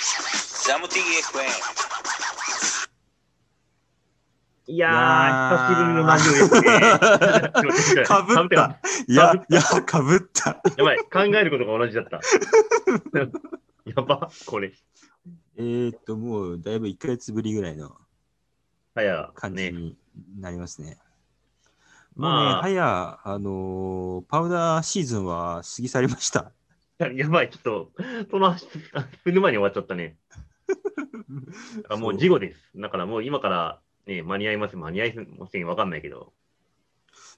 ジャム TFM。いやいー、やー久しぶりのラジオです ね。かぶ被っなた。いや、いや、かぶった。やばい、考えることが同じだった。 やば、これ。えーっと、もうだいぶ1ヶ月ぶりぐらいのはや、感じね。になりますね。もうね、まあは、や、あのーパウダーシーズンは過ぎ去りました。やばい、ちょっと、その、死ぬ前に終わっちゃったね。あもう事後。後です。だからもう今から、ね、間に合います、間に合いません、わかんないけど。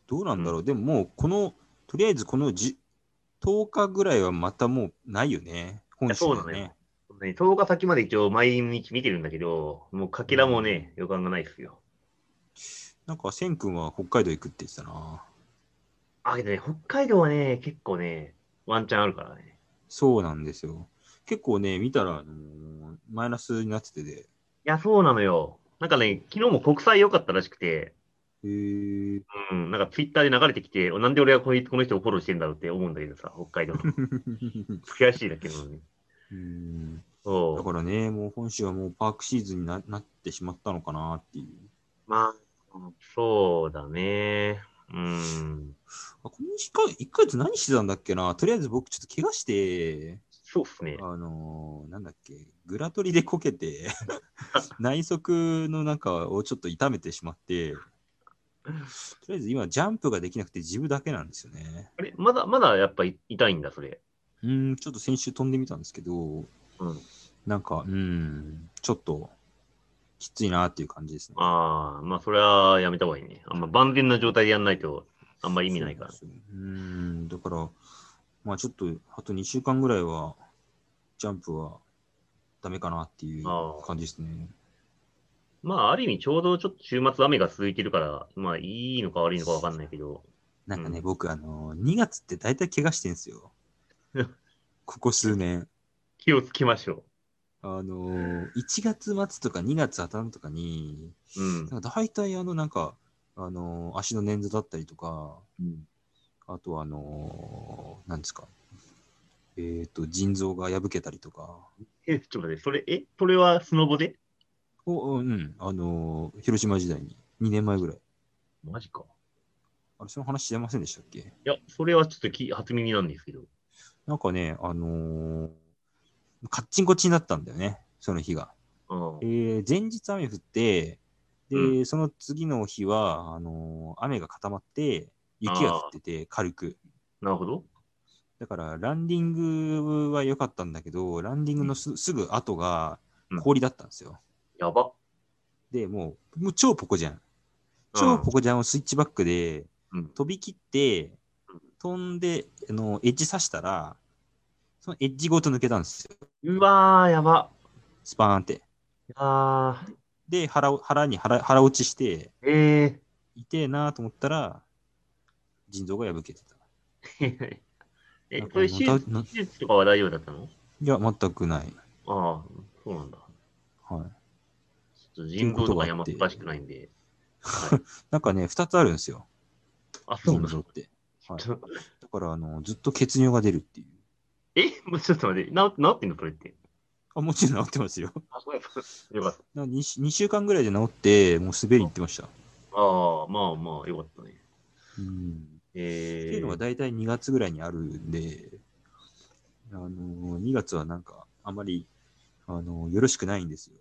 どうなんだろう、でももう、この、とりあえずこのじ10日ぐらいはまたもうないよね。本心いやそうなはのよね。ね10日先まで一応毎日見てるんだけど、もうかけらもね、予感がないですよ。なんか、千君は北海道行くって言ってたな。あ、けどね、北海道はね、結構ね、ワンチャンあるからね。そうなんですよ。結構ね、見たら、あのーマイナスになっててで。いや、そうなのよ。なんかね、昨日も国際良かったらしくて、へーうん、なんかツイッターで流れてきて、おなんで俺はこのこの人をフォローしてんだろうって思うんだけどさ、北海道の。 悔しいだけどね。 うんだそからね、もう本州はもうパークシーズンにななってしまったのかなっていう。う。まあ、そうだね。うん。あこの1か1ヶ月何してたんだっけなとりあえず僕ちょっと怪我して、そうっすね。あのーなんだっけ、グラトリでこけて、内側の中をちょっと痛めてしまって、とりあえず今ジャンプができなくて自分だけなんですよね。あれ、まだ、まだやっぱい痛いんだ、それ。うん、ちょっと先週飛んでみたんですけど、うん。なんか、うん、ちょっときついなっていう感じですね。ああ、まあ、それはやめた方がいいね。あんま万全な状態でやんないと、あんま意味ないから。そうなんですようーん、だから、まあちょっと、あと2週間ぐらいは、ジャンプはダメかなっていうあー感じですね。まあ、ある意味、ちょうどちょっと週末雨が続いてるから、まあ、いいのか悪いのかわかんないけど、なんかね、うん僕、あのー、2月って大体怪我してんす よ。ここ数年。気をつけましょあのー、1月末とか2月頭とかに、う。うん。なんか大体あの、なんか、あのー、足の捻挫だったりとか、あとはあのー、なんですか、えっ、と、腎臓が破けたりとか、え、ちょっと待って、それ、え、それはスノボでおうん、あのー広島時代に、2年前ぐらい。マジか。あれ、その話してませんでしたっけいや、それはちょっとき初耳なんですけど。なんかね、あのーカッチンコチになったんだよね、その日が。うんえ。ー前日雨降って、で、うその次の日は、あのー雨が固まって、雪が降ってて、軽く。なるほど。だから、ランディングは良かったんだけど、ランディングのすすぐ後がうん氷だったんですよ。やば。で、もう、もう超ポコじゃん。超ポコジャンをスイッチバックで、うん飛び切ってうん、飛んで、あの、エッジ刺したら、そのエッジごと抜けたんですよ。うわー、やば。スパーンって。あー、で、腹を腹に腹腹落ちして、え痛えなと思ったら、腎臓が破けてた。ー。 えなん、かそういう手ま術たな手術とかは大丈夫だったのいや、全くない。ああ、そうなんだ。ちはい。ょっと腎臓とかやまっていうことがばあってしくないんで。なんかね、2つあるんですよ。あ、そうな腎ん臓だ。って。はい。ちょだから、あの、ずっと血尿が出るっていう。え、 もうちょっと待って、な治ってんのそれって。あ、もちろん治ってますよ。 あ、そうやった。よかった。な 2, 2週間ぐらいで治って、もう滑り行ってました。ああ、まあまあ、よかったね。うん。っていえうのがー、大体2月ぐらいにあるんで、あのー、2月はなんか、あまり、あのーよろしくないんですよ。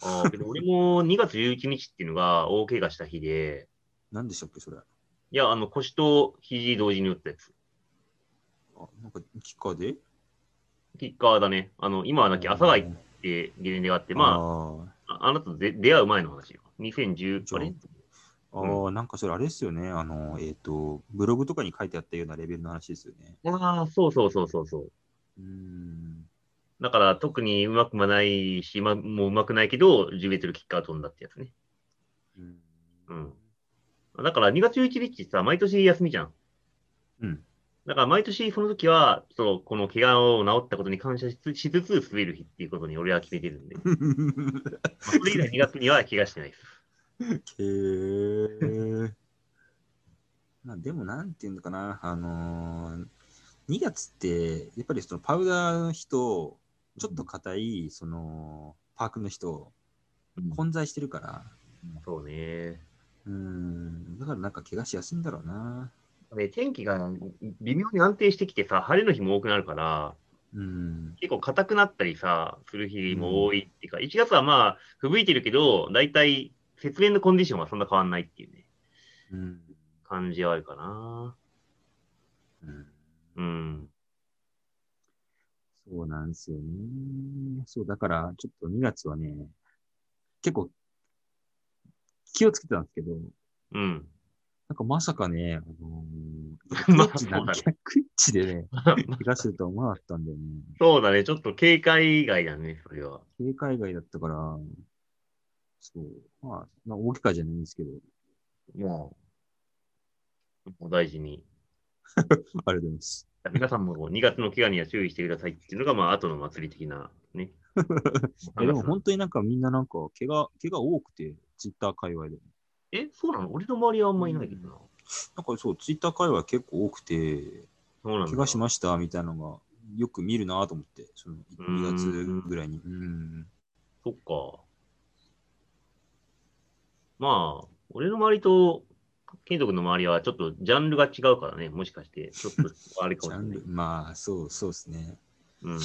あーけど俺も2月11日っていうのが大怪我した日で、なんでしたっけ、それ。あいや、あの、腰と肘同時に打ったやつ。なんか、キッカーでキッカーだね。あの、今はなき朝が行ってゲレンデがあって、まああ、ああなたとで出会う前の話よ。2010、じゃああれあー、なんかそれあれですよね。あのー、えっ、と、ブログとかに書いてあったようなレベルの話ですよね。ああ、そうそうそうそうそう。うーん。だから、特にうまくもないし、ま、もううまくないけど、10メートルキッカー飛んだってやつね。うんうんだから、2月11日さ、毎年休みじゃん。うん。だから、毎年その時は、ちょっとこの怪我を治ったことに感謝しつしつつ滑る日っていうことに俺は決めてるんで、まあそれ以来2月には怪我してないです。へー まあでもなんていうのかな、あのー、2月ってやっぱりそのパウダーの日とちょっと硬い、その、パークの人、うん混在してるから、そうね。うん、だからなんか怪我しやすいんだろうな。で天気が微妙に安定してきてさ、晴れの日も多くなるから、うん、結構硬くなったりさ、する日も多いっていうか、1月はまあ、吹雪いてるけど、大体、節電のコンディションはそんな変わんないっていうね、うん、感じはあるかな。うん。うん。そうなんですよね。そう、だから、ちょっと2月はね、結構、気をつけてたんですけど、うん。 なんかまさかね、あの ー、まあそうだ逆エッチな、ね逆エッチで ね、怪我するとは思わなかったんだよね。そうだね、ちょっと警戒以外だね、それは。警戒外だったから、そう、まあ、まあ、大きかじゃないんですけど、もう、お大事に。ありがとうございます。皆さんも2月の怪我には注意してくださいっていうのが、まあ、後の祭り的な ね。えでも本当になんかみんななんか、怪我、怪我多くて、ツイッター界隈で。え、そうなの俺の周りはあんまいないけどな。なんかそう、ツイッター界隈結構多くて、そうなんだ。怪我しましたみたいなのがよく見るなと思って、そのうん2月ぐらいに。うん。そっか。まあ、俺の周りと、ケイト君の周りはちょっとジャンルが違うからね、もしかして、ちょっとあれかジもしャれンないル。まあ、そうそうですね。うん。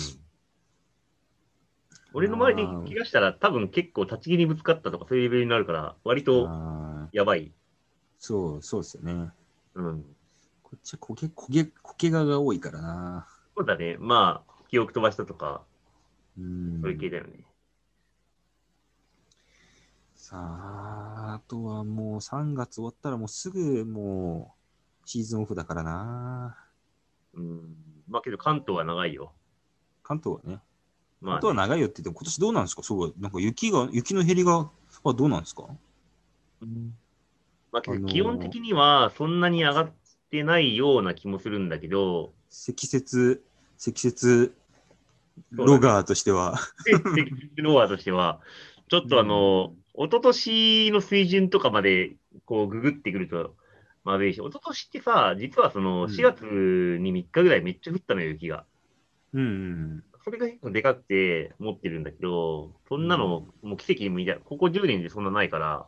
俺の周りで気がしたら、多分結構立ち切りぶつかったとかそういうレベルになるから、割とあーやばい。そう、そうですよね。うん。こっちは焦げ、焦げ、焦げがが多いからな。そうだね。まあ、記憶飛ばしたとか、うんそう。いう系だよね。さあ、あとはもう3月終わったらもうすぐもうシーズンオフだからな。うん。まあけど関東は長いよ。関東はね。まあ関東はね、長いよって言っても今年どうなんですかそう、なんか雪が、雪の減りが、はどうなんですかまあけあどのー基本的にはそんなに上がってないような気もするんだけど、積雪、積雪、ロガーとしては。ノアとしては、ちょっとあの、一昨年の水準とかまで、こう、ググってくると、まずいし、一昨年ってさ、実はその、うん4月に3日ぐらいめっちゃ降ったのよ、雪が。うんそれが結構でかくて、持ってるんだけど、そんなの、もう奇跡みたいな、ここ10年でそんなないから、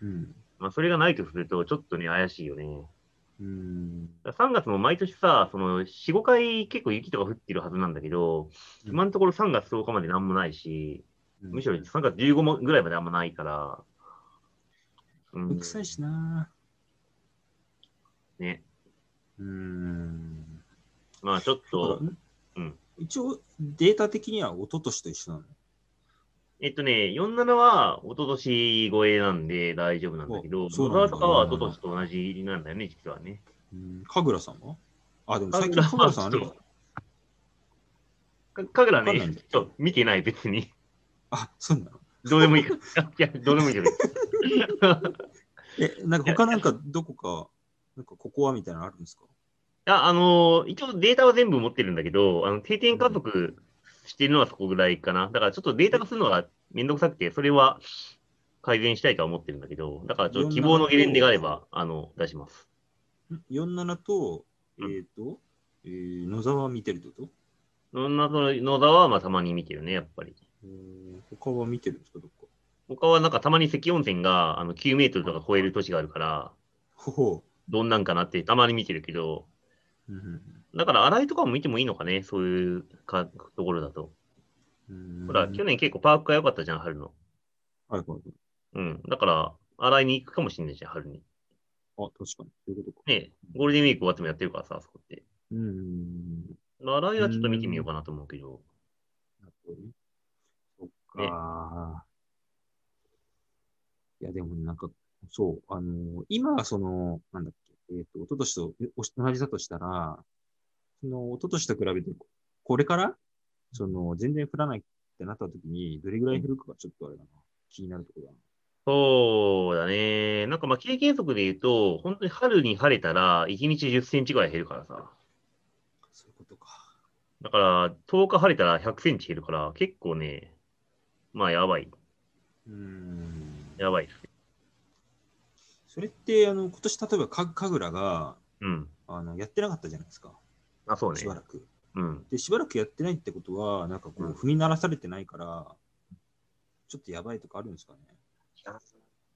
うん。うん。まあ、それがないとすると、ちょっとね、怪しいよね。うん。だから3月も毎年さ、その、4、5回結構雪とか降ってるはずなんだけど、今のところ3月10日までなんもないし、むしろ3月15もぐらいまであんまないから。うんうるさいしな。ね。うん。まあちょっと、うん一応、データ的には一昨年と一緒なの。えっとね、47は一昨年超えなんで大丈夫なんだけど、おそう野なんだ沢とかは一昨年と同じなんだよね、実はね。うん。神楽さんはあ、でも最神近楽神楽さんあれちょっか神楽わかんね、ないちょっと見てない、別に。あ、そうなのどうでもいい から。いや、どうでもいいけど。え、なんか他なんかどこか、なんかここはみたいなのあるんですかあ、あのー一応データは全部持ってるんだけど、あの定点観測してるのはそこぐらいかな。だからちょっとデータ化するのがめんどくさくて、それは改善したいとは思ってるんだけど、だからちょっと希望のゲレンデがあれば、あの、出します。ん ?47 と、えうんっ、と、えー野沢見てるってことそんな、その、野沢はまあたまに見てるね、やっぱり。えー他は見てるんですかどっか。他はなんかたまに関温泉があの9メートルとか超える年があるから、ほほどんなんかなってたまに見てるけど、う。うんだから洗いとかも見てもいいのかね、そういうかところだと。うん。ほら、去年結構パークが良かったじゃん、春の。はいはいはい。うん。だから、洗いに行くかもしれないじゃん、春に。あ、確かに。そういうことか。ね、ゴールデンウィーク終わってもやってるからさ、そこって。うん。まあ、来はちょっと見てみようかなと思うけど。なるほどね。そっか。いや、でもなんか、そう、あのー今はその、なんだっけ、えっ、と、一昨年とえおし同じだとしたら、その、一昨年と比べて、これから、その、全然降らないってなった時に、どれぐらい降るかがちょっとあれだな、気になるところだな。そうだね。なんかまあ経験則で言うと、本当に春に晴れたら、1日10センチぐらい減るからさ。そういうことか。だから、10日晴れたら100センチ減るから、結構ね、まあやばい。うーん。やばいっすね。それって、あの、今年、例えば、か、かぐらが、うん。あの、やってなかったじゃないですか。あ、そうねし。ばらく。うん。で、しばらくやってないってことは、なんかこうんう、踏み鳴らされてないから、ちょっとやばいとかあるんですかね。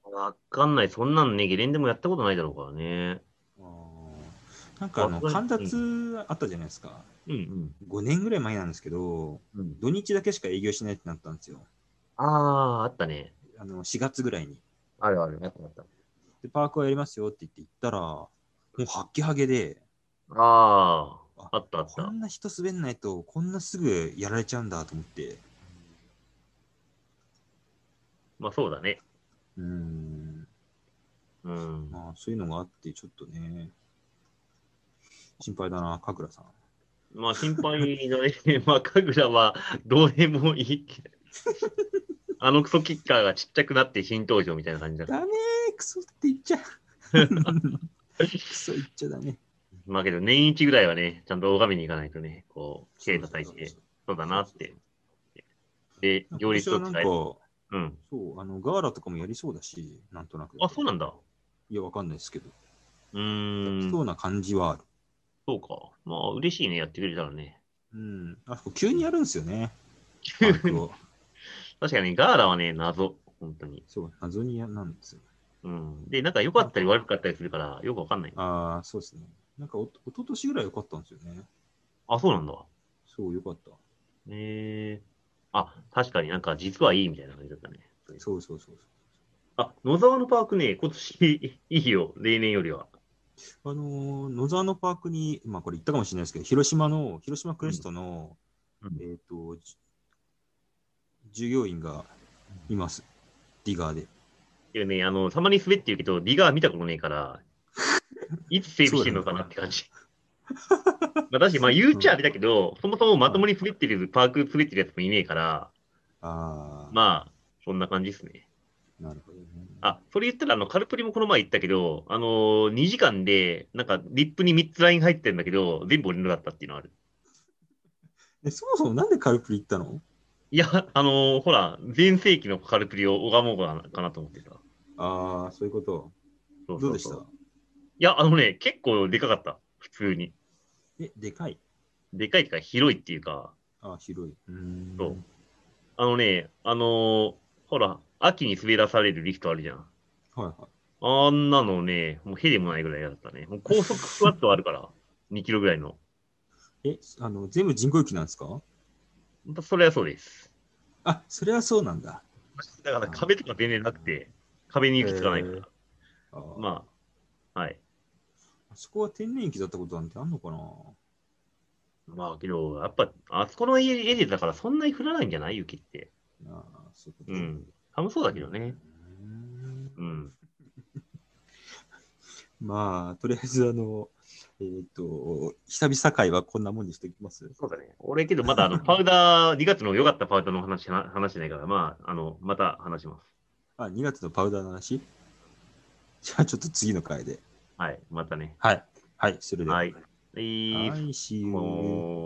わかんない。そんなんね、ゲレンデもやったことないだろうからね。あーなんかあの、わかん神田通あったじゃないですか。うん5年ぐらい前なんですけど、うん。うん、土日だけしか営業しないってなったんですよ。ああー、あったね。あの、4月ぐらいに。あるある。やったやった。で、パークはやりますよって言って行ったら、もうはっきはげで、あああ、あったあっこた。んな人滑んないと、こんなすぐやられちゃうんだと思って。まあそうだね。うーん。うん。まあ、そういうのがあって、ちょっとね、心配だな、かぐらさん。まあ心配だね。 まあ、神楽はどうでもいいけど。あのクソキッカーがちっちゃくなって新登場みたいな感じだからダメー、クソって言っちゃう。クソ言っちゃダメ。まあけど、年一ぐらいはね、ちゃんと大神に行かないとね、こう、手叩いそうそうてそ、うそうだなって。で、行列今を年使はなんえる。かうん。そう、あの、ガーラとかもやりそうだし、なんとなく。あ、そうなんだ。いや、わかんないですけど。うやーりん。そそううな感じはある。か。まあ、嬉しいね、やってくれたらね。うん。あそこ急にやるんですよね。パークを。 確かに、ガーラはね、謎。本当に。そう、謎にやなんですよ。うん。で、なんか良かったり悪かったりするから、よくわかんない。ああ、そうですね。なんかお、一昨年ぐらい良かったんですよね。あ、そうなんだ。そう、良かった。へえ。あ、確かになんか実はいいみたいな感じだったね。そうそうそうあ、野沢のパークね、今年いいよ、例年よりは。そう。あのー野沢のパークに、まあこれ言ったかもしれないですけど、広島の、広島クレストの、うんうんえっ、と、じ従業員がいます。ディガーで。っていうね、あの、たまに滑ってるけど、ディガー見たことねえから、 いつ整備してるのかなって感じ。まあ、だし、まあ、言うちゃあれだけど、そもそもまともに滑ってる、パーク滑ってるやつもいねえから、ああ、まあ、そんな感じですね。なるほどね。あ、それ言ったら、あの、カルプリもこの前行ったけど、あのー、2時間で、なんか、リップに3つライン入ってるんだけど、全部俺のだったっていうのはある。えそもそもなんでカルプリ行ったのいや、あのーほら、全盛期のカルプリを拝もうかなかなと思ってた。ああ、そういうこと。そそどうでしたいや、あのね、結構でかかった。普通に。え、でかい。でかいっていうか、広いっていうか、ああ、広い。うーんそうあのね、あのーほら、秋に滑らされるリフトあるじゃん。はいはい。あんなのね、もうへでもないぐらいだったね。もう高速ふわっとあるから、2キロぐ らいの。え、あの、全部人工雪なんですかそれはそうです。あ、それはそうなんだ。だから壁とか全然なくて、壁に行くつかないから。へーあーまあ、はい。あそこは天然雪だったことなんてあんのかなまあけど、やっぱ、あそこのエリアだからそんなに降らないんじゃない雪って。ああ、そういうこと。うん。寒そうだけどね。うーんうん。まあ、とりあえず、あの、えっ、と、久々会はこんなもんにしておきます。そうだね。俺けど、まだあの、パウダー、2月の良かったパウダーの話な、話してないから、まあ、あの、また話します。あ、2月のパウダーの話じゃあ、ちょっと次の回で。はい。またね。はい。はい、それでは。はい。はい。はい、see you. もう